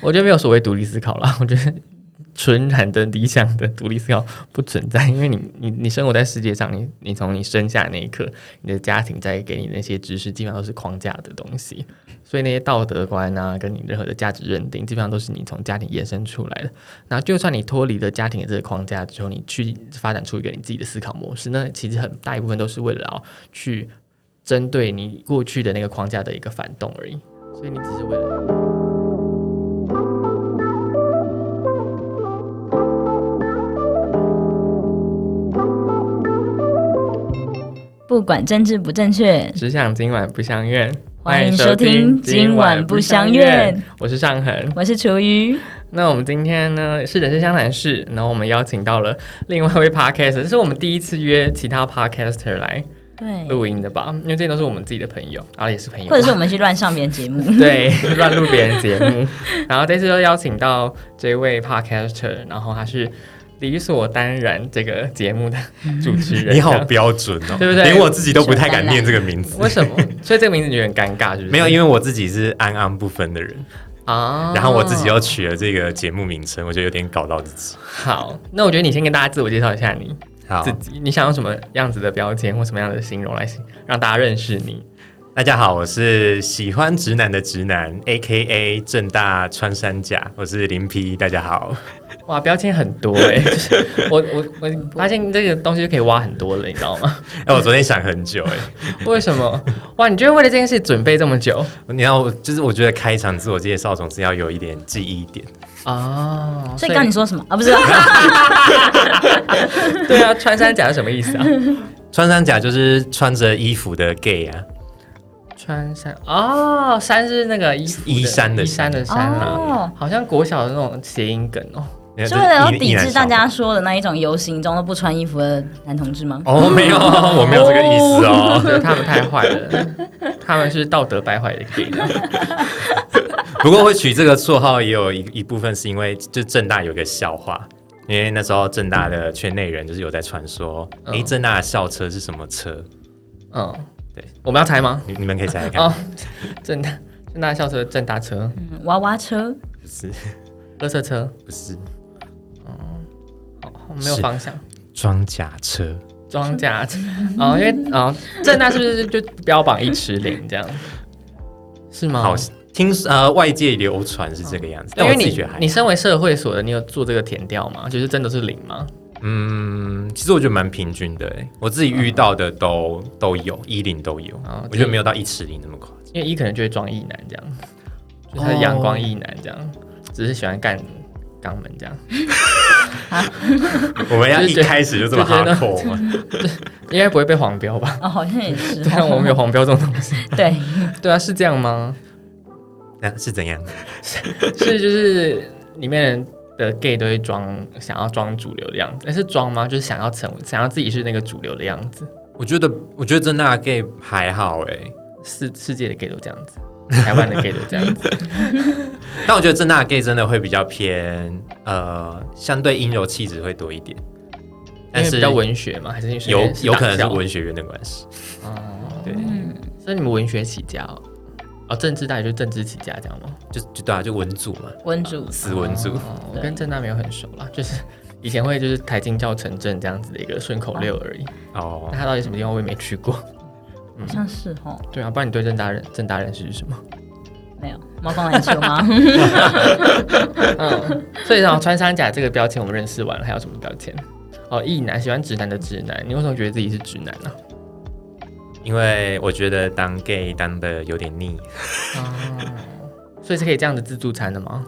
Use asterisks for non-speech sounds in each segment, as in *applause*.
我觉得没有所谓独立思考啦，我 *laughs* 觉得纯然的理想的独立思考不存在，因为你你你生活在世界上，你你从你生下那一刻，你的家庭在给你那些知识，基本上都是框架的东西，所以那些道德观啊，跟你任何的价值认定，基本上都是你从家庭延伸出来的。那就算你脱离了家庭的这个框架之后，你去发展出一个你自己的思考模式，那其实很大一部分都是为了要去针对你过去的那个框架的一个反动而已，所以你只是为了。不管政治不正确，只想今晚不相怨，欢迎收听今晚不相怨。我是尚恒。我是厨余，那我们今天呢是人生相谈室，然后我们邀请到了另外一位 podcaster，这是我们第一次约其他 podcaster 来对，录音的吧？因为这些都是我们自己的朋友，然后也是朋友，或者是我们去乱上别人 *laughs* 节目，对乱录别人节目。然后这次就邀请到这位 podcaster，然后他是理所当然这个节目的主持人。你好标准哦，对不对连我自己都不太敢念这个名字。为什么？所以这个名字你觉得很尴尬，是不是？没有，为因为我自己是安安不分的人，啊，然后我自己又取了这个节目名称，我觉得有点搞到自己。好，那我觉得你先跟大家自我介绍一下你。好自，己，你想用什么样子的标签或什么样的形容来让大家认识你？大家好，我是喜欢直男的直男，A K A 正大穿山甲，我是林 P。大家好，哇，标签很多哎、 *laughs* 就是我我我发现这个东西就可以挖很多了，你知道吗？ *laughs* 哎、我昨天想很久、哎，为什么？哇，你居然为了这件事准备这么久你要就是我觉得开场自我介绍总是要有一点记忆点，哦啊？所以刚刚你说什么啊？不是， *laughs* 对啊，穿山甲是什么意思 *laughs* 啊？穿山甲就是穿着衣服的 gay 啊，穿山哦，山是那个衣服的衣衫的衣衫的衫啦、哦好像国小的那种谐音梗哦。是为了要就是抵制大。意家男小说的那一种游行中都不穿衣服的男同志吗？哦，没有，我没有这个意 *laughs* 思我哦。觉得他们太坏 *laughs* 了，他们是道德败坏的 gay。 *laughs* 不过会取这个绰号也有一一部分是因为就正大有个笑话，因为那时候正大的圈内人就是有在传说，嗯诶，正大的校车是什么车？嗯，对，我们要猜吗？你你们可以猜猜看。哦，正大正大校车、正大车、嗯娃娃车，不是垃圾车，不是好好没有是方向。装甲车，装甲车，哦，因为哦，正大是不是就标榜一尺零这样？是吗？好听呃外界流传是这个样子，嗯因但我为自己你觉得还你身为社会所的，你有做这个填调吗？就是真的是零吗？嗯，其实我觉得蛮平均的、诶我自己遇到的都、都有一零都有，哦我觉得没有到一尺零那么夸张。因为一可能就会装一男这样，就是他阳光一男这样，只是喜欢干肛门这样。我们要就一是觉得开始就这么就觉得 hardcore 吗？ *laughs* 应该不会被黄标吧？ *laughs* 哦，好像也是对，啊，我们有黄标这种东 *laughs* 西。对，对啊，是这样吗？那是怎样？是就是里面人的 gay 都会装想要装主流的样子，诶是装吗？就是想要成想要自己是那个主流的样子，我觉得我觉得真的 gay 还好哎、世世界的 gay 都这 *laughs* 样子，台湾的 gay 都这样子。但我觉得正大的 gay 真的会比较偏呃，相对阴柔气质会多一点，因 *laughs* 但为是比较文学嘛，还是因为是有有可能是党校文学院的关系。哦，对，嗯所以你们文学起家哦，哦，政治大学就政治起家这样吗？就就对啊，就文组嘛，文主死文组。哦，我跟正大没有很熟啦，就是以前会就是台经教城镇这样子的一个顺口溜而已，哦那，他到底什么地方我也没去过。好像是哦，对啊，不然你对正大认正大认识是什么？没有猫公篮球吗？ *laughs* 嗯，所以然后穿山甲这个标签我们认识完了，还有什么标签？哦，异男喜欢直男的直男，你为什么觉得自己是直男啊呢、因为我觉得当 gay 当的有点腻，所以是可以这样子自助餐的吗？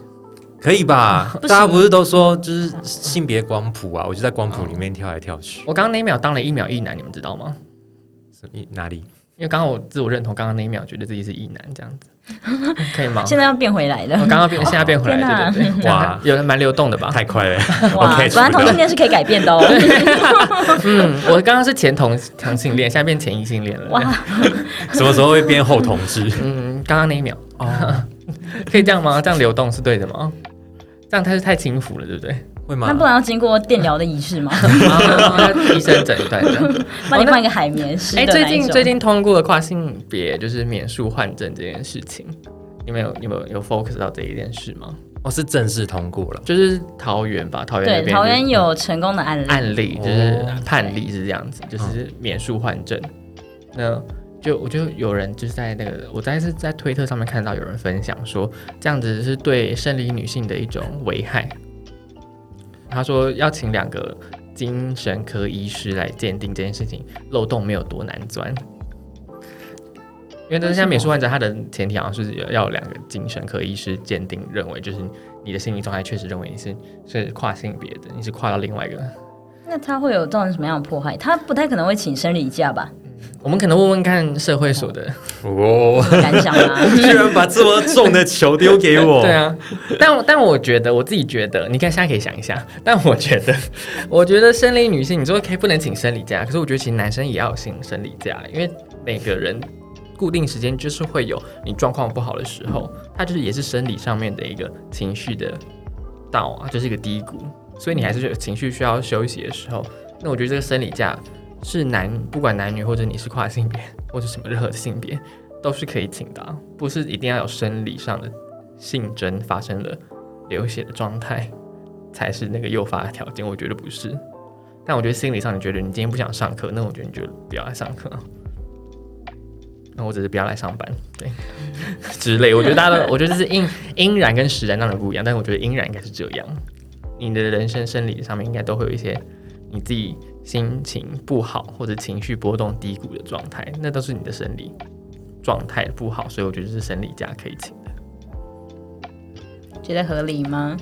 可以 *laughs* 吧？啊大家不是都说就是性别光谱啊？我就在光谱里面跳来跳去，我刚刚那一秒当了一秒异男，你们知道吗？什么哪里？因为刚刚我自我认同，刚刚那一秒觉得自己是异男，这样子 *laughs* 可以吗？现在要变回来我了，哦刚刚变，现在变回天哪来，对对对，哇哇， *laughs* 有人蛮流动的吧？太 *laughs* 快了，哇我可以，出果然同性道。恋是可以改变的哦，嗯，我刚刚是前同同性恋，现在变前异性恋了。哇，什么时候会变后同志？嗯，刚刚那一秒 *laughs* 哦，可以这样吗？这样流动是对的吗？这样他是太轻浮了，对不 *laughs* 对？会那吗不？然要经过电疗的仪式吗？ *laughs* 啊，医生诊断这样。帮你放一个海绵式的哎、那一最种近最近通过了跨性别就是免术换证这件事情，你们有你们有有 focus 到这一件事吗？哦，是正式通过 *laughs* 了。就是桃园吧，桃园那对，边桃就是嗯园有成功的案例，案例，就是哦判例是这样子，就是免诉换证。那就我就有人就是在那个，我在是在推特上面看到有人分享说，这样子是对生理女性的一种危害。他说要请两个精神科医师来鉴定这件事情漏洞没有多难钻。因为但是像免诉患者，他的前提好像是要有两个精神科医师鉴定，认为就是你的心理状态确实认为你是是跨性别的，你是跨到另外一个那他会有造成什么样的迫害？他不太可能会请生理假吧？我们可能问问看社会所的，哦，感想啊， *laughs* 居然把这么重的球丢给我，对，啊，但但我觉得我自己觉得，你看现在可以想一下，但我觉得， *laughs* 我觉得生理女性，你说可以不能请生理假，可是我觉得其实男生也要有请生理假，因为每个人固定时间就是会有你状况不好的时候，它就是也是生理上面的一个情绪的到啊，就是一个低谷，所以你还是有情绪需要休息的时候，那我觉得这个生理假是男不管男女或者你是跨性别或者什么任何性别。都是可以请的啊、不是一定要有生理上的性征发生了流血的状态才是那个诱发的条件，我觉得不是。但我觉得心理上，你觉得你今天不想上课，那我觉得你就不要来上课啊。那我只是不要来上班，对 *laughs* 之类。我觉得大家都，我觉得这是因因然跟实然当然不一样，但是我觉得因然应该是这样。你的人生生理上面应该都会有一些你自己心情不好或者情绪波动低谷的状态，那都是你的生理状态不好，所以我觉得是生理假可以请。觉得合理吗？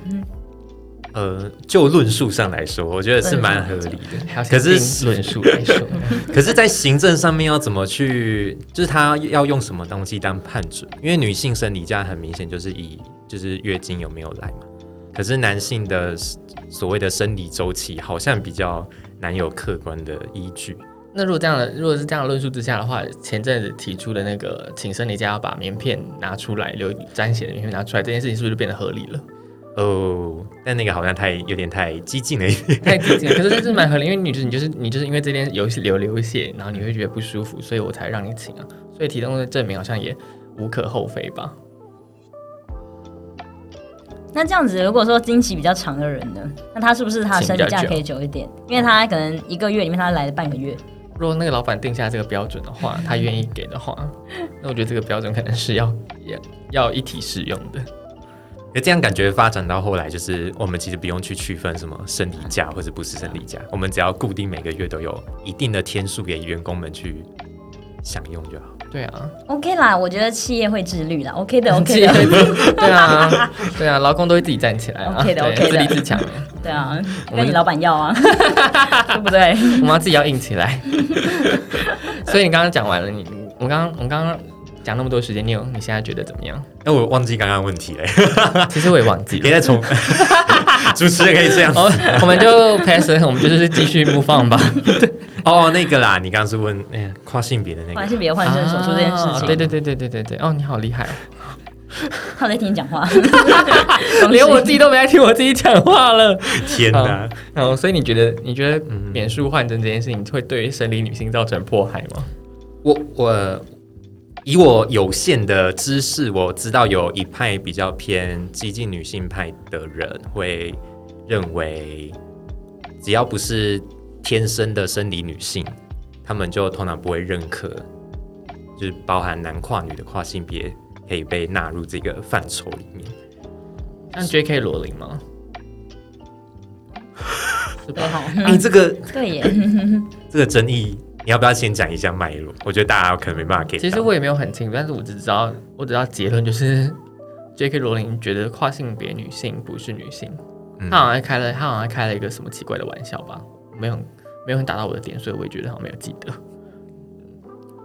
呃，就论述上来说，我觉得是蛮合理的。还要可是先论述来说，可是，在行政上面要怎么去，就是他要用什么东西当判准？因为女性生理假很明显就是以就是月经有没有来嘛，可是男性的所谓的生理周期好像比较难有客观的依据。 *laughs* 那如果这样的，如果是这样的论述之下的话，前阵子提出的那个请生理假要把棉片拿出来，留沾血的棉片拿出来这件事情，是不是就变得合理 *laughs* 了？哦，但那个好像太有点太激进了一点。太激进了，可是这是蛮合理，因为你就是你就是你就是因为这件游戏流流血，然后你会觉得不舒服，所以我才让你请啊，所以提供的证明好像也无可厚非吧？那这样子，如果说经期比较长的人呢，那他是不是他的生理假请比较久可以久一点？因为他可能一个月里面他来了半个月，如果那个老板定下这个标准的话，他愿意给的话，那我觉得这个标准可能是要要要一体适用的。可这样感觉发展到后来，就是我们其实不用去区分什么生理假或者不是生理假，我们只要固定每个月都有一定的天数给员工们去享用就好。对啊， OK 啦，我觉得企业会自律啦，OK *laughs* 的自己，OK *laughs* 的，对啊，对啊，劳工都会自己站起来啊 OK 的对 OK 的自立自强。对啊，我们跟你老板要啊， *laughs* 对不对？我们要自己要硬起来。 *laughs* 所以你刚刚讲完了，你我刚刚我刚刚讲那么多时间，你有你现在觉得怎么样？那我忘记刚刚的问题了，其实我也忘记 *laughs* 别了。 *laughs* 再重。主持人可以这样我我们就 pass，我们就是继续 move on 吧。哦，那个啦，你刚刚是问哎呀跨性别的那关个，性别换肾手术这件事啊情，对对对对对对对。哦，你好厉害，他有在听你讲话， *laughs* 连我自己都没在听我自己讲话了。天哪！嗯哦，所以你觉得你觉得嗯免术换针这件事情会对生理女性造成迫害吗？我我以我有限的知识，我知道有一派比较偏激进女性派的人会认为，只要不是天生的生理女性，他们就通常不会认可，就是包含男跨女的跨性别可以被纳入这个范畴里面。像嗯 J.K. 罗琳吗？对好，哎、这个对耶，这个争议，你要不要先讲一下脉络？我觉得大家可能没办法给到。嗯其实我也没有很清楚，但是我只知道，我只知道结论就是 J.K. 罗琳觉得跨性别女性不是女性，嗯她好像开了，她好像开了一个什么奇怪的玩笑吧，没有没有很打到我的点，所以我也觉得好像没有记得。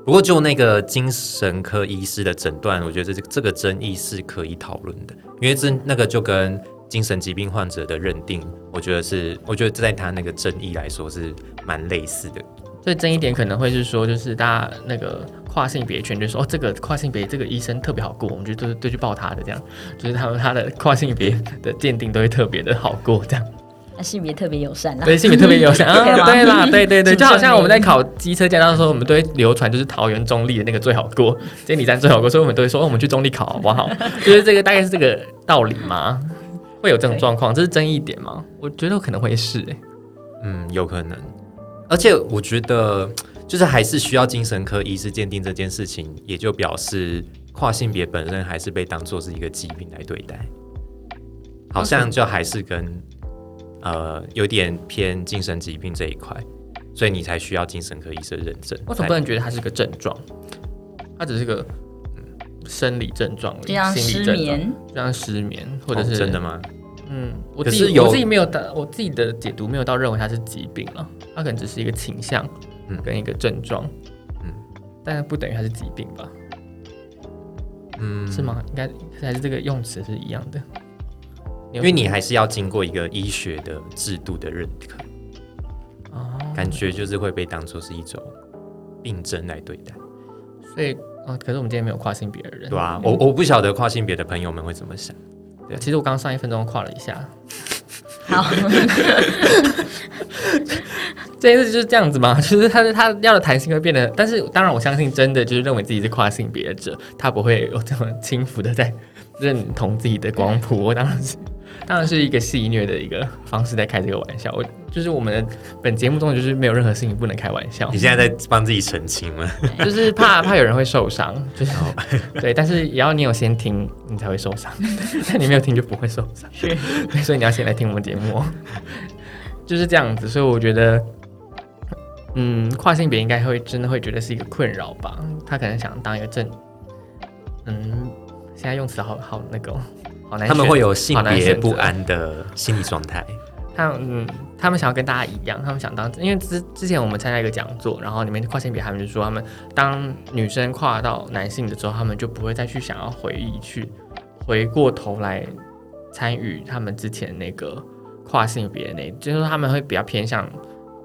不过就那个精神科医师的诊断，我觉得这这个争议是可以讨论的，因为这那个就跟精神疾病患者的认定，我觉得是，我觉得在他那个争议来说是蛮类似的。所以争议点可能会是说，就是大家那个跨性别圈就说，哦，这个跨性别这个医生特别好过，我们就都都去报他的这样，就是他们他的跨性别的鉴定都会特别的好过这样。那性别特别友善啦，对，性别特别友善嗯 *laughs* 对啊，吗对啦，对对对， *laughs* 请就好像证我们在明考机车驾照的时候，我们都会流传就是桃园中立的那个最好过，监理站最好过，所以我们都会说，哦我们去中立考好不好？就是这个大概是这个道理嘛。会有这种对状况，这是争议点吗？我觉得可能会是、欸，嗯，有可能。而且我觉得，就是还是需要精神科医师鉴定这件事情，也就表示跨性别本身还是被当做是一个疾病来对待，好像就还是跟呃有点偏精神疾病这一块，所以你才需要精神科医生认证。我总不能觉得它是个症状，它只是个嗯生理症状而已，就像心理失症状，眠，就像失眠，或或者是、哦真的吗？嗯，我可自是己有我自己没有到，我自己的解读没有到认为它是疾病了，它可能只是一个倾向，嗯跟一个症状，嗯嗯，但是不等于它是疾病吧？嗯，是？吗？应该还是这个用词是一样的，因为你还是要经过一个医学的制度的认可，哦，感觉就是会被当做是一种病症来对待。所以哦，可是我们今天没有跨性别的人，对啊，我我不晓得跨性别的朋友们会怎么想。啊其实我刚上一分钟跨了一下，好，这件事就是这样子嘛， *laughs* 就是他的他要的弹性会变得，但是当然我相信真的就是认为自己是跨性别者，他不会有这么轻浮的在认同自己的光谱。我当然是当然是一个戏虐的一个方式在开这个玩笑，我就是我们的本节目中就是没有任何事情不能开玩笑你，现在在帮自己澄清吗？ *laughs* 就是怕怕有人会受伤，就是、哦 *laughs* 对，但是也要你有先听，你才会受 *laughs* 伤，但你没有听就不会受伤，是对所以你要先来听我们节目哦，就是这样子。所以我觉得，嗯，跨性别应该会真的会觉得是一个困扰吧，他可能想当一个正，嗯，现在用词好好那个、哦，好难选，他们会有性好难别选择不安的心理状态。他嗯，他们想要跟大家一样，他们想当，因为之之前我们参加一个讲座，然后里面跨性别他们就说，他们当女生跨到男性的时候，他们就不会再去想要回忆去回过头来参与他们之前那个跨性别那，就是说他们会比较偏向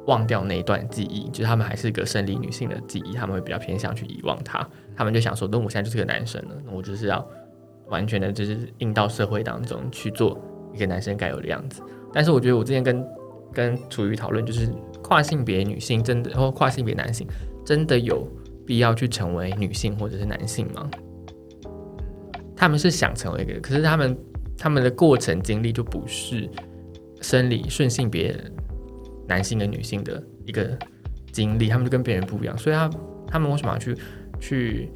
忘掉那一段记忆，就是他们还是一个生理女性的记忆，他们会比较偏向去遗忘它，他们就想说，那我现在就是个男生了，那我就是要完全的就是应到社会当中去做一个男生该有的样子。但是我觉得我之前跟跟楚瑜讨论，就是跨性别女性真的，或跨性别男性真的有必要去成为女性或者是男性吗？他们是想成为一个，可是他们他们的过程经历就不是生理顺性别男性跟女性的一个经历，他们就跟别人不一样，所以他他们为什么要去去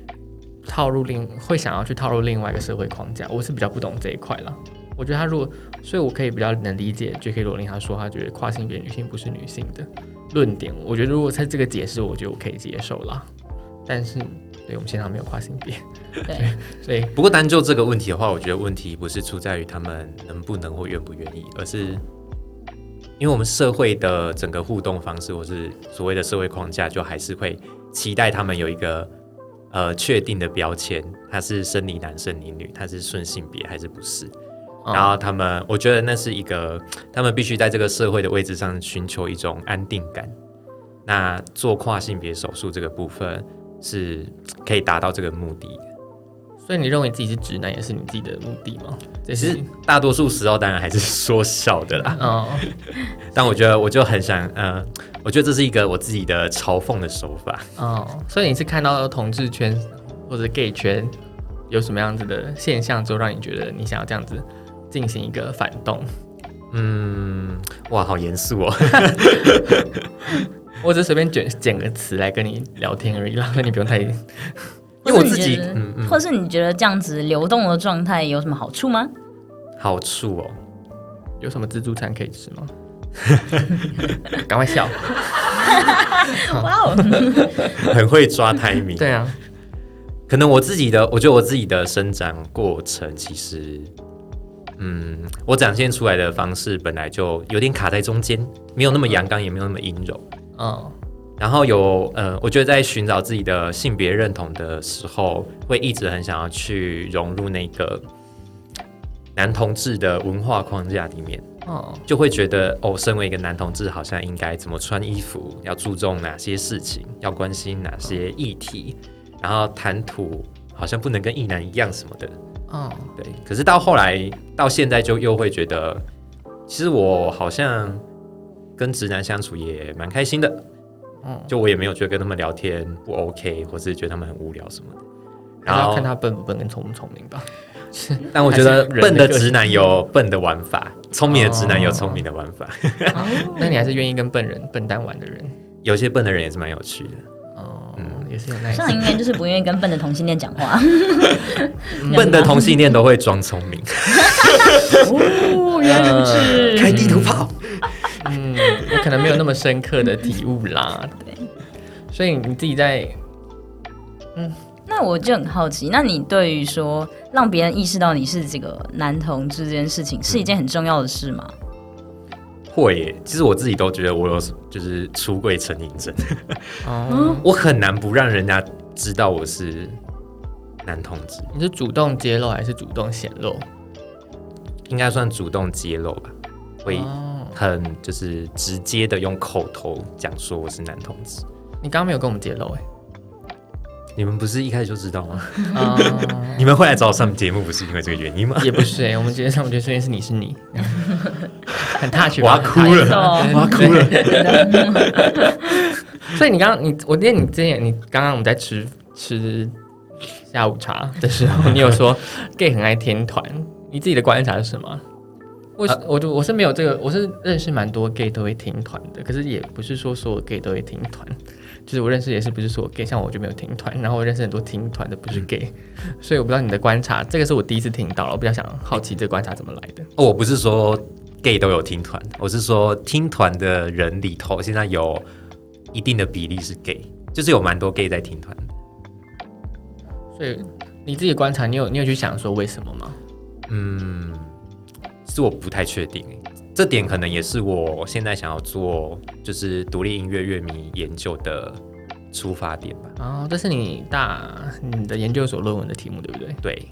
套入另会想要去套入另外一个社会框架？我是比较不懂这一块啦。我觉得他如果所以我可以比较能理解 J.K. 罗琳她说她觉得跨性别女性不是女性的论点。我觉得如果在这个解释，我觉得我可以接受啦。但是，对我们现场没有跨性别，对，所以不过单就这个问题的话，我觉得问题不是出在于他们能不能或愿不愿意，而是因为我们社会的整个互动方式，或是所谓的社会框架，就还是会期待他们有一个呃确定的标签，他是生理男、生理女，他是顺性别还是不是。然后他们，我觉得那是一个，他们必须在这个社会的位置上寻求一种安定感。那做跨性别手术这个部分是可以达到这个目的的。所以你认为自己是直男也是你自己的目的吗？这其是实大多数时候当然还是说笑的 *laughs* 啦，嗯，但我觉得我就很想，呃，我觉得这是一个我自己的嘲讽的手法。哦，所以你是看到同志圈或者 gay 圈有什么样子的现象之后，让你觉得你想要这样子进行一个反动？嗯，哇，好严肃哦。 *laughs* 我只是随便卷捡个词来跟你聊天而已啦，那你不用太因为我自己或是你觉得嗯嗯或是你觉得这样子流动的状态有什么好处吗？好处哦，有什么自助餐可以吃 *laughs* 吗？赶快笑！哇哦，很会抓 *laughs* timing。对啊，可能我自己的，我觉得我自己的生长过程，其实，嗯，我展现出来的方式本来就有点卡在中间，没有那么阳刚，也没有那么阴柔。哦嗯，然后有，呃，我觉得在寻找自己的性别认同的时候，会一直很想要去融入那个男同志的文化框架里面。哦，就会觉得哦，身为一个男同志，好像应该怎么穿衣服，要注重哪些事情，要关心哪些议题，然后谈吐好像不能跟异男一样什么的。哦，对，可是到后来到现在，就又会觉得，其实我好像跟直男相处也蛮开心的，嗯，就我也没有觉得跟他们聊天不 OK，或是觉得他们很无聊什么的。然然后后看他笨不笨跟聪不聪明吧。但我觉得还是人的笨的个性直男有笨的玩法，聪明的直男有哦聪明的玩法。嗯那你还是愿意跟笨人、笨蛋玩的人有些笨的人也是蛮有趣的。哦，嗯也是很耐心像。你应该就是不愿意跟笨的同性恋讲 *laughs* 话，嗯笨的同性恋都会装聪明，哦，原来如此。呃开地图炮。嗯，我可能没有那么深刻的体悟啦。对，所以你自己在那我就很好奇，那你对于说让别人意识到你是这个男同志这件事情，是一件很重要的事吗？会耶，其实我自己都觉得我有就是出柜成瘾症，哦，我很难不让人家知道我是男同志，你是主动揭露还是主动显露？应该算主动揭露吧，会哦，很就是直接的用口头讲说我是男同志。你刚刚没有跟我们揭露哎、你们不是一开始就知道吗？哦你们会来找我上节目，不是因为这个原因吗？也不是哎、我们今天上午就说是你是 *laughs* 你，很 touch，我要吧哎哭很 touch 了吧我要哭了。所以你刚刚你，我记得你之前你刚刚我们在吃吃下午茶的时候，你有说 gay 很爱天团，你自己的观察是什么？我、呃我就我是没有这个，我是认识蛮多 gay 都会听团的，可是也不是说所有 gay 都会听团，就是我认识也是不是所有 gay，像我就没有听团，然后我认识很多听团的不是 *laughs* gay，、所以我不知道你的观察，这个是我第一次听到了，我比较想好奇这个观察怎么来的。哦我不是说 gay 都有听团，我是说听团的人里头现在有一定的比例是 gay，就是有蛮多 gay 在听团。所以你自己的观察，你有你有去想说为什么吗？嗯，其实我不太确定欸，这点可能也是我现在想要做就是独立音乐乐迷研究的出发点吧。哦，这是你大你的研究所论文的题目对不对？对，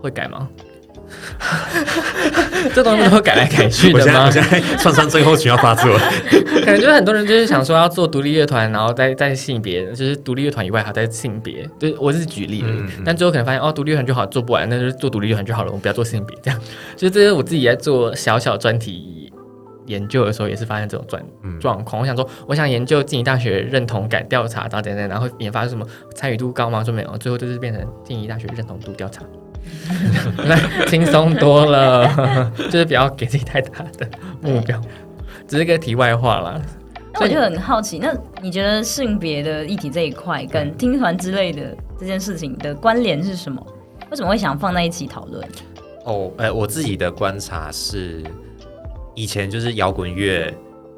会改吗？ *laughs* 这东西不都改来改去我的现在吗我？现在创伤症候群要发作了。 *laughs* 可能就是很多人就是想说要做独立乐团，然后再再性别，就是独立乐团以外还在性别，就是我只是举例而已。嗯嗯但最后可能发现哦，独立乐团就好做不完，那就是做独立乐团就好了，我们不要做性别这 *laughs* 样。就是这是我自己在做小小专题研究的时候，也是发现这种状嗯状况。我想说，我想研究静宜大学认同感调查，然后等等，然后研发出什么参与度高吗？说没有，最后就是变成静宜大学认同度调 *laughs* 查。轻松多了， *laughs* 就是不要给自己太大的目标，只是个题外话啦。那我就很好奇，那你觉得性别的议题这一块嗯跟听团之类的这件事情的关联是什么？为什么会想放在一起讨论？哦，呃，我自己的观察是，以前就是摇滚乐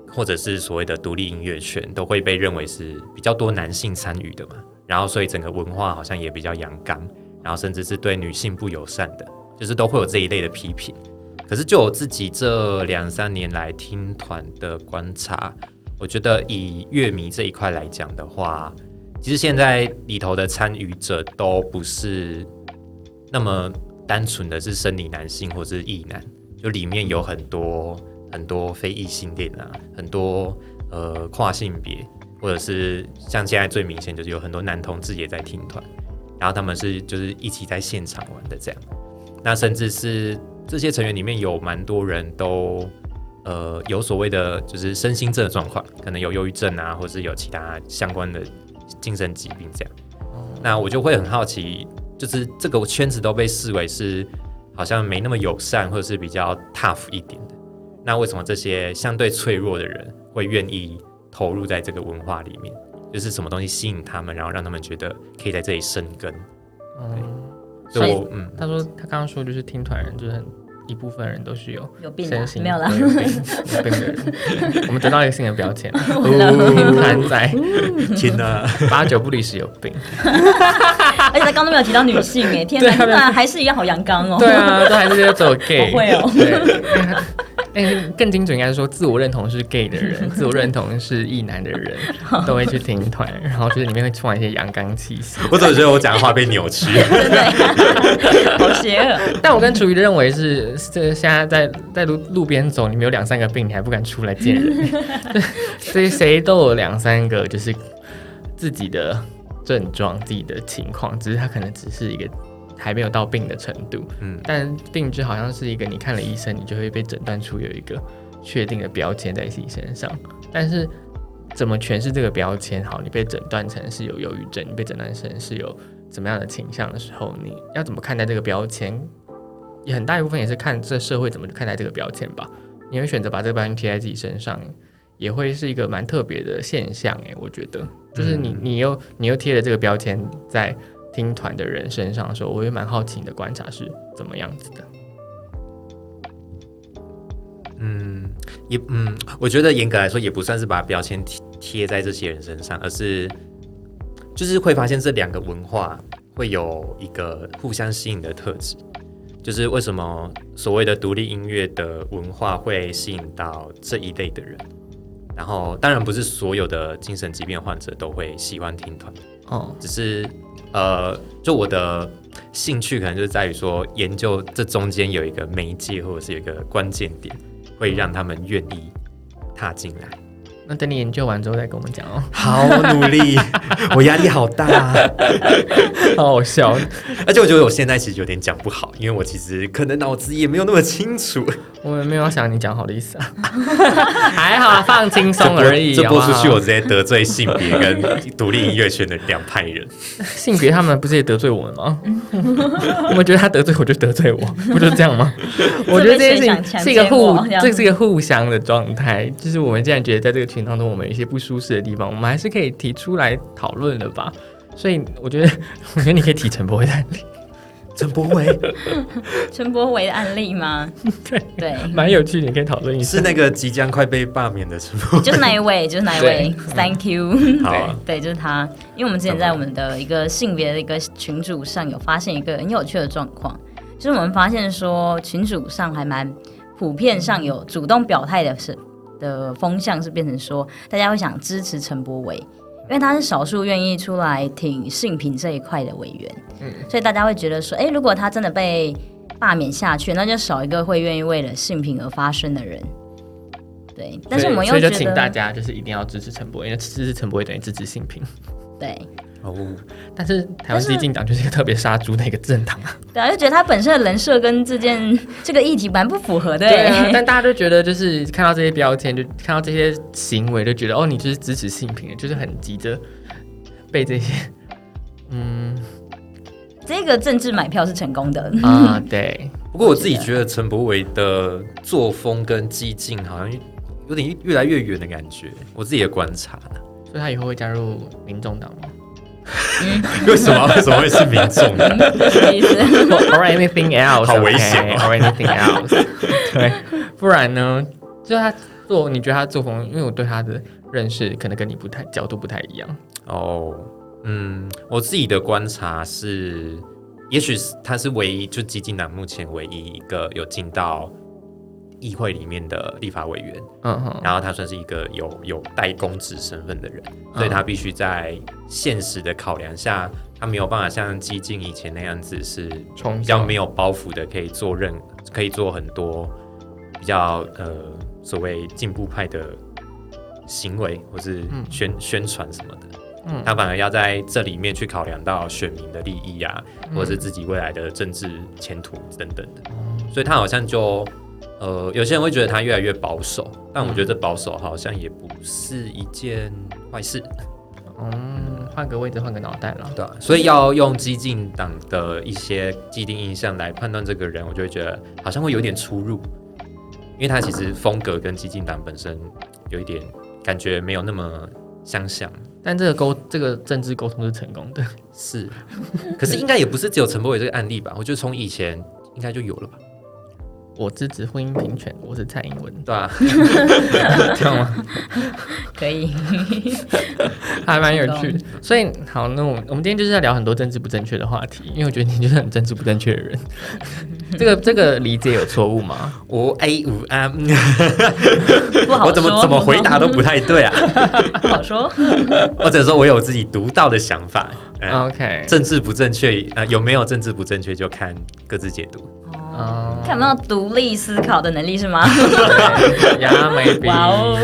或者是所谓的独立音乐圈都会被认为是比较多男性参与的嘛，然后所以整个文化好像也比较阳刚，然后甚至是对女性不友善的，就是都会有这一类的批评。可是就我自己这两三年来听团的观察，我觉得以乐迷这一块来讲的话，其实现在里头的参与者都不是那么单纯的是生理男性或是异男，就里面有很多很多非异性恋啊，很多呃跨性别，或者是像现在最明显就是有很多男同志也在听团，然后他们是就是一起在现场玩的这样，那甚至是这些成员里面有蛮多人都。呃，有所谓的就是身心症的状况，可能有忧郁症啊，或是有其他相关的精神疾病这样。那我就会很好奇，就是这个圈子都被视为是好像没那么友善，或者是比较 tough 一点的。那为什么这些相对脆弱的人会愿意投入在这个文化里面？就是什么东西吸引他们，然后让他们觉得可以在这里生根？嗯，所所以以我嗯，他说他刚刚说就是听团人，就是很一部分人都是有有病身啊？心没有啦都，有病有病的 *laughs* 人，我们得到一个新的标签，听团仔天哪！ *laughs* 八九不离十有病。而且他刚都没有提到 *laughs* 女性哎，天对哪，他们那还是一样好阳刚哦。对啊，都还是在走 gay。 *laughs* 我会哦对。但更精准应该是说，自我认同是 gay 的人，自我认同是异男的 *laughs* 人，都会去听团，然后就是里面会充满一些阳刚气息。我总觉得我讲话被扭曲。对对，好邪恶。 *laughs* 但我跟楚瑜的认为是，这现在在在路路边走，你们有两三个病，你还不敢出来见人， *laughs* 所以谁都有两三个就是自己的症状、自己的情况，只是他可能只是一个还没有到病的程度，嗯，但病之好像是一个你看了医生，你就会被诊断出有一个确定的标签在自己身上，但是怎么诠释这个标签？好，你被诊断成是有忧郁症，你被诊断成是有怎么样的倾向的时候，你要怎么看待这个标签？也很大一部分也是看这社会怎么看待这个标签吧。你会选择把这个标签贴在自己身上，也会是一个蛮特别的现象诶、我觉得，就是你你又你又贴了这个标签在听团的人身上的时候，我会蛮好奇你的观察是怎么样子的。嗯，也嗯，我觉得严格来说也不算是把标签贴贴在这些人身上，而是就是会发现这两个文化会有一个互相吸引的特质，就是为什么所谓的独立音乐的文化会吸引到这一类的人。然后，当然不是所有的精神疾病患者都会喜欢听团，哦，只是呃，就我的兴趣可能就是在于说，研究这中间有一个媒介或者是有一个关键点，会让他们愿意踏进来。那等你研究完之后再跟我们讲哦，好努 *laughs* 力，我压力好大、 *laughs* 好好笑。而且我觉得我现在其实有点讲不好，因为我其实可能脑子也没有那么清楚。 *laughs* 我们没有想你讲好的意思啊， *laughs* 还好啊，放轻松而已。这播好出不去，好我直接得罪性别跟独立音乐圈的两派 *laughs* 人。性别他们不是也得罪我们吗？ *laughs* 我们觉得他得罪我就得罪 *laughs* 我，不就是这样吗？我觉得这件事情是一个互这被谁想强奸我这，样这是一个互相的状态。就是我们既然觉得在这个群当中我们有一些不舒适的地方，我们还是可以提出来讨论的吧。所以我觉得， *laughs* 我觉得你可以提陈博会在里，陈柏 *laughs* 伟陈柏伟的案例吗？ *laughs* 对，对，蛮有趣，你可以讨论一下。是那个即将快被罢免的陈柏就是那一位，就是那一位，Thank you。伟。好、啊，对，嗯就是他，因为我们之前在我们的一个性别的一个群组上有发现一个很有趣的状况，就是我们发现说群组上还蛮普遍上有主动表态的是的风向是变成说大家会想支持陈柏伟，因为他是少数愿意出来挺性平这一块的委员，所以大家会觉得说，哎、如果他真的被罢免下去，那就少一个会愿意为了性平而发声的人。对，但是我们又所以觉就得请大家就是一定要支持陈博，因为支持陈博等于支持性平。对。哦，但是台湾激进党就是一个特别杀猪的一个政党啊，对啊，就觉得他本身的人设跟这件这个议题蛮不符合的。欸啊，但大家都觉得就是看到这些标签，就看到这些行为，就觉得哦，你就是支持性平的，就是很急着被这 *laughs* 些，嗯 *laughs* 这个政治买票是成功的。啊，对，不过我自己觉得陈柏伟的作风跟激进好像有点越来越远的感觉，我自己的观察。 *laughs* 所以他以后会加入民众党吗为什么为什么会是民众呢？ *laughs* 什么意思？ *laughs* ？Or anything else？好危险哦 o r anything else？对， *laughs* 不然呢？就他做，你觉得他作风？因为我对他的认识可能跟你不太角度不太一样。哦，嗯，我自己的观察是，也许是他是唯一，就激进党目前唯一一个有进到议会里面的立法委员，嗯哼，然后他算是一个有有代公职身份的人，所以他必须在现实的考量下，他没有办法像激进以前那样子是冲比较没有包袱的，可以做任可以做很多比较呃所谓进步派的行为或是嗯宣、宣传什么的。嗯他反而要在这里面去考量到选民的利益啊，嗯或者是自己未来的政治前途等等的，哦所以他好像就呃，有些人会觉得他越来越保守，但我觉得这保守好像也不是一件坏事，嗯，换个位置，换个脑袋了。对、啊，所以要用激进党的一些既定印象来判断这个人，我就会觉得好像会有点出入，因为他其实风格跟激进党本身有一点感觉没有那么相像。但这个沟，这个政治沟通是成功的。 *laughs* 是，可是应该也不是只有陈柏伟这个案例吧？我觉得从以前应该就有了吧？我支持婚姻平权，我是蔡英文，对啊 *laughs* 吧、这样吗？可以，还蛮有趣的。所以好，那我我们今天就是在聊很多政治不正确的话题，因为我觉得你就是很政治不正确的人。这个这个理解有错误吗？我 A 五 M，不 *laughs* 好说。我怎么怎么回答都不太对 *laughs* 啊！不好说。我只能说我有自己独到的想法。哦嗯 OK，政治不正确，呃，有没有政治不正确就看各自解读。哦看不到独立思考的能力是吗？ *laughs* 呀，maybe，哇哦，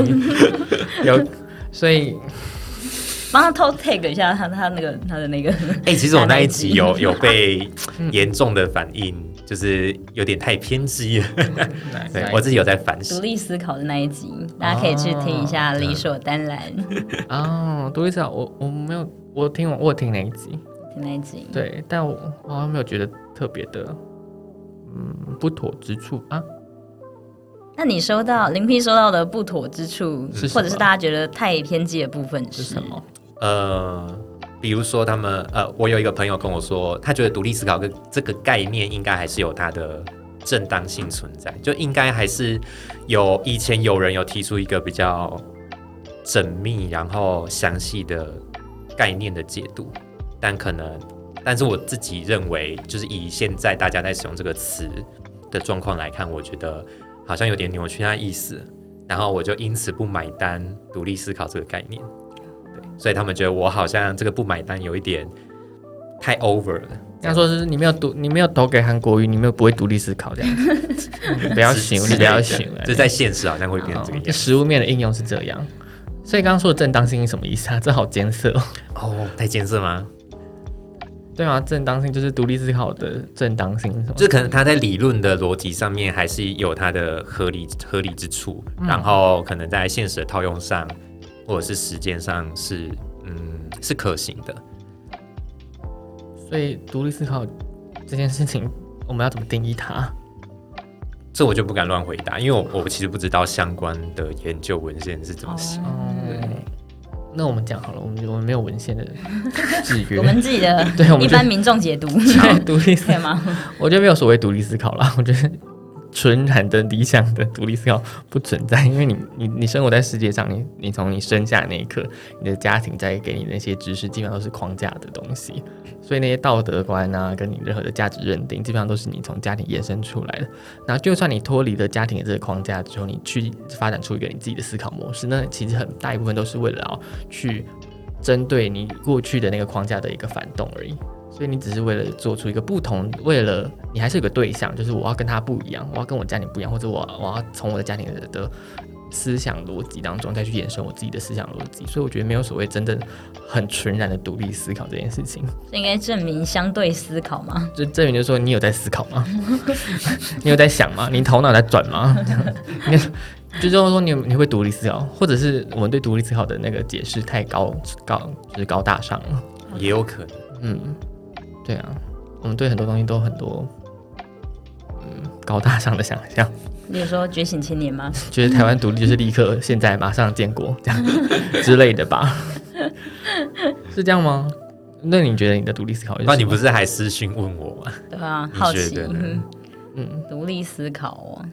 *laughs* 有，所以帮他偷 tag 一下他他那个他的那个。哎、其实我那一集有有被严重的反映，就是有点太偏激了。 *laughs* 对我自己有在反独省。立思考的那一集，大家可以去听一下《理所当然》哦，多一次啊，我我没有，我听完我有听那一集，听那一集。对，但我我好像没有觉得特别的嗯不妥之处啊，那你收到林批收到的不妥之处是什，么或者是大家觉得太偏激的部分是是什么？呃，比如说他们呃，我有一个朋友跟我说，他觉得独立思考跟这个概念应该还是有它的正当性存在，就应该还是有以前有人有提出一个比较缜密然后详细的概念的解读，但可能，但是我自己认为，就是以现在大家在使用这个词的状况来看，我觉得好像有点扭曲它的意思。然后我就因此不买单独立思考这个概念，对，所以他们觉得我好像这个不买单有一点太 over 了，他说是你没有读，你没有投给韩国瑜，你没有不会独立思考 *laughs* 这样子，你不要之醒，之你不要类的醒了。就在现实好像会变成好这个样子。实哦物面的应用是这样。所以刚刚说的正当性是什么意思啊？ *laughs* 这好艰涩哦。哦，太艰涩吗？对啊，正当性就是独立思考的正当性是什么？就可能他在理论的逻辑上面还是有它的合理合理之处，然后可能在现实的套用上或者是实践上是嗯是可行的。所以独立思考这件事情，我们要怎么定义它？这我就不敢乱回答，因为我我其实不知道相关的研究文献是哦怎么写。嗯，那我们讲好了，我们我们没有文献的制约我， *laughs* 们自己的对我们一就般民众 *laughs* 解读，对独立思对吗？我觉得没有所谓独立思考啦，我觉得纯然的理想的独立思考不存在，因为你你你生活在世界上，你你从你生下那一刻，你的家庭在给你那些知识，基本上都是框架的东西，所以那些道德观啊，跟你任何的价值认定，基本上都是你从家庭延伸出来的。然后就算你脱离了家庭的这个框架之后，你去发展出一个你自己的思考模式，那其实很大一部分都是为了要去针对你过去的那个框架的一个反动而已。所以你只是为了做出一个不同，为了你还是有个对象，就是我要跟他不一样，我要跟我家庭不一样，或者我我要从我的家庭的的思想逻辑当中再去延伸我自己的思想逻辑。所以我觉得没有所谓真的很纯然的独立思考这件事情，这应该证明相对思考嘛？就证明就是说你有在思考吗？ *laughs* 你有在想吗？你头脑在转吗？ *laughs* 你就是说你你会独立思考，或者是我们对独立思考的那个解释太高高就是高大上了。也有可能，嗯，对啊，我们对很多东西都很多，嗯，高大上的想象， *laughs* 例如说觉醒青年吗？觉得台湾独立就是立刻现在马上建国 *laughs* 这样之类的吧？ *laughs* 是这样吗？那你觉得你的独立思考是什么？那你不是还私信问我吗？对啊，你好觉奇，得呢嗯，嗯，独立思考哦。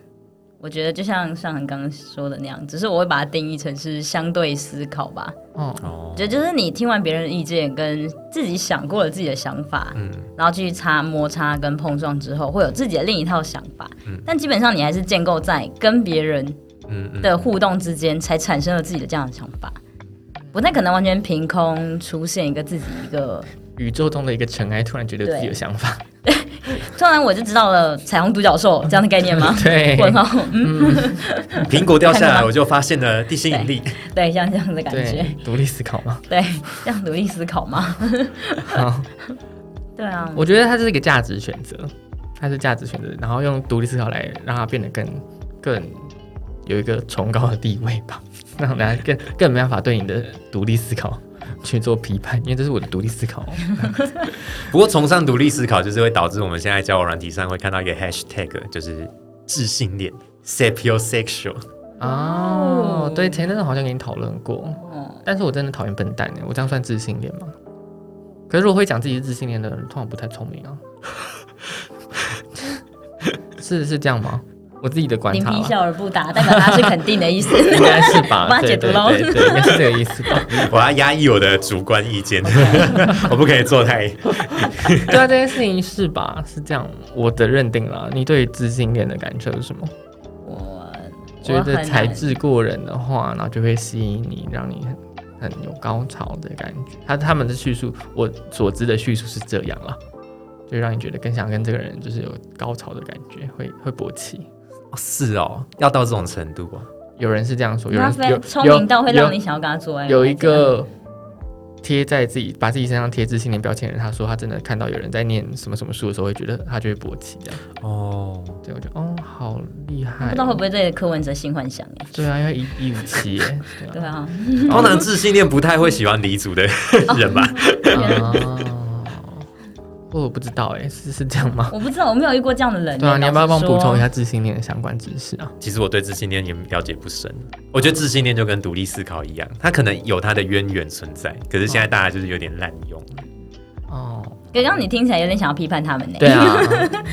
我觉得就像上恒刚刚说的那样，只是我会把它定义成是相对思考吧。哦，哦我，觉得就是你听完别人的意见，跟自己想过了自己的想法，嗯然后去擦摩擦跟碰撞之后，会有自己的另一套想法。嗯但基本上你还是建构在跟别人嗯嗯，的互动之间，才产生了自己的这样的想法，不太可能完全凭空出现一个自己一个。宇宙中的一个尘埃，突然觉得有自己的想 *laughs* 法，？突然我就知道了彩虹独角兽这样的概念吗 *laughs* 对，问号， *laughs* 嗯，苹果掉下看到来，吗我就发现了地心引力。对，像这样的感觉，对，独立思考嘛。对，这样努力思考嘛。好， *laughs* 对啊，我觉得它是一个价值选择，它是价值选择，然后用独立思考来让它变得更更有一个崇高的地位吧， *laughs* 让大家更更没办法对你的独立思考去做批判，因为这是我的独立思 *laughs* 考。不过崇尚独立思考，就是会导致我们现在交友软体上会看到一个 hashtag，就是自信恋 （sapiosexual）。哦，对，前阵子好像跟你讨论过，哦，但是我真的讨厌笨蛋欸我这样算自信恋吗？可是如果会讲自己是自信恋的人，通常不太聪明啊。 *laughs* 是是这样吗？我自己的观林察皮啦。笑而不答，代表他是肯定的 *laughs* 意思。应该是吧？ *laughs* 我把它对解读对喽对对，应该是这个意思吧？我要压抑我的主观意见， *laughs* 我不可以做太…… *laughs* 对啊，这件事情是吧？是这样，我的认定啦。你对于自信恋的感受是什么？我觉我得很才难智过人的话，然后就会吸引你，让你很很有高潮的感觉。他他们的叙述，我所知的叙述是这样啦，就让你觉得更想跟这个人就是有高潮的感觉，会会勃起。哦是哦，要到这种程度哦。有人是这样说，有他人非有常聪有明到会有让你想要跟他做爱吗。有一个贴在自己把自己身上贴自信恋标签的人，他说他真的看到有人在念什么什么书的时候，会觉得他就会勃起这样。哦，对，我觉得哦，好厉不害、知道会不会对柯文哲性幻想哎？对啊，因为一一五七 *laughs* 耶，对啊，通常哦自信恋不太会喜欢离组的人吧？对啊，哦我不知道哎、是是这样吗？我不知道，我没有遇过这样的人耶。对啊，你要不要帮老我实补充一说哦下自信恋的相关知识啊？其实我对自信恋也了解不深，我觉得自信恋就跟独立思考一样，它可能有它的渊源存在，可是现在大家就是有点滥用。哦，刚刚你听起来有点想要批判他们呢。对， *laughs* 啊，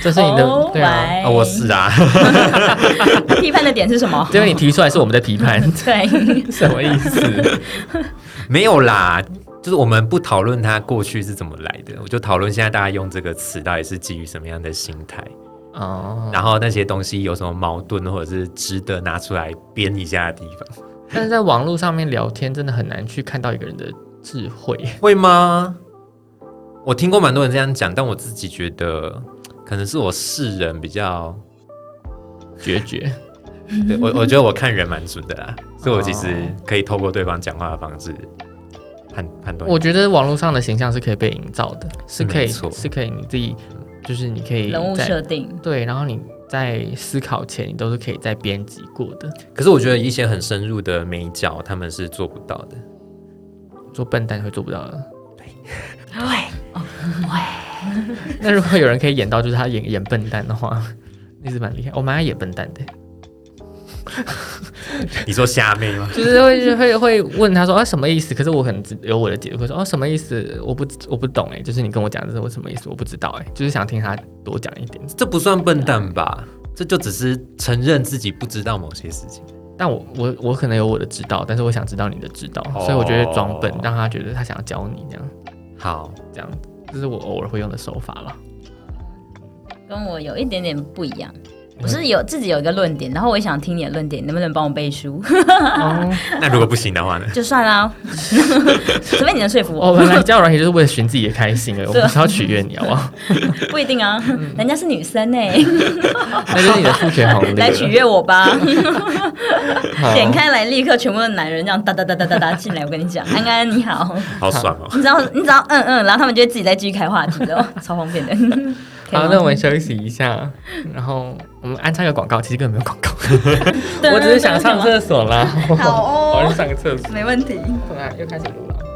这是你 Oh 的对啊，啊，我是啊，批判的点是什么？ *laughs* 这个你提出来是我们在批判， *laughs* *laughs* 对，什么意思？ *laughs* 没有啦，就是我们不讨论它过去是怎么来的，我就讨论现在大家用这个词到底是基于什么样的心态，哦，然后那些东西有什么矛盾或者是值得拿出来编一下的地方，但是在网络上面聊天真的很难去看到一个人的智慧。会吗？我听过蛮多人这样讲，但我自己觉得可能是我世人比较，决绝，对我 *laughs* 我觉得我看人蛮准的啦，所以我其实哦可以透过对方讲话的方式判判 *laughs* 断。我觉得网络上的形象是可以被营造的，是可以，没错是可以你自己，就是你可以人物在设定，对，然后你在思考前，你都是可以在编辑过的。可是我觉得一些很深入的美角他们是做不到的。做笨蛋会做不到的。对，那如果有人可以演到，就是他演演笨蛋的话，那是蛮厉害。我蛮爱演笨蛋的，你说虾妹吗？就是会会会问他说啊什么意思？可是我很有我的解读，会说哦什么意思？我不我不懂哎，就是你跟我讲这是我什么意思？我不知道哎，就是想听他多讲一点。 *laughs* 这不算笨蛋吧？这就只是承认自己不知道某些事情。但我我我可能有我的知道，但是我想知道你的知道，哦所以我就会装笨，让他觉得他想要教你这样好，这样，这是我偶尔会用的手法了。跟我有一点点不一样。我是有自己有一个论点，然后我也想听你的论点，能不能帮我 *laughs* 背书？哦，那如果不行的话呢？就 *laughs* 算啦，除非你能说服我我，本哦来交友软件就是为了寻自己的开心而已，我对啊不是要取悦你好不 *laughs* 好？不一定啊，嗯人家是女生呢，欸那就是你的父权红利了。来取悦我吧。好点开来，立刻全部的男人这样哒哒哒哒哒哒进来。我跟你讲，安安你好，好爽哦！你只要你只要嗯嗯，然后他们就会自己再继续开话题的，哦超方便的。可以 *laughs* 好，吗那我们休息一下，然后我们安插个广告，其实根本没有广告，我只是想上厕所啦，好哦 *laughs* 哦我要去上个厕所。没问题。对啊，又开始录了。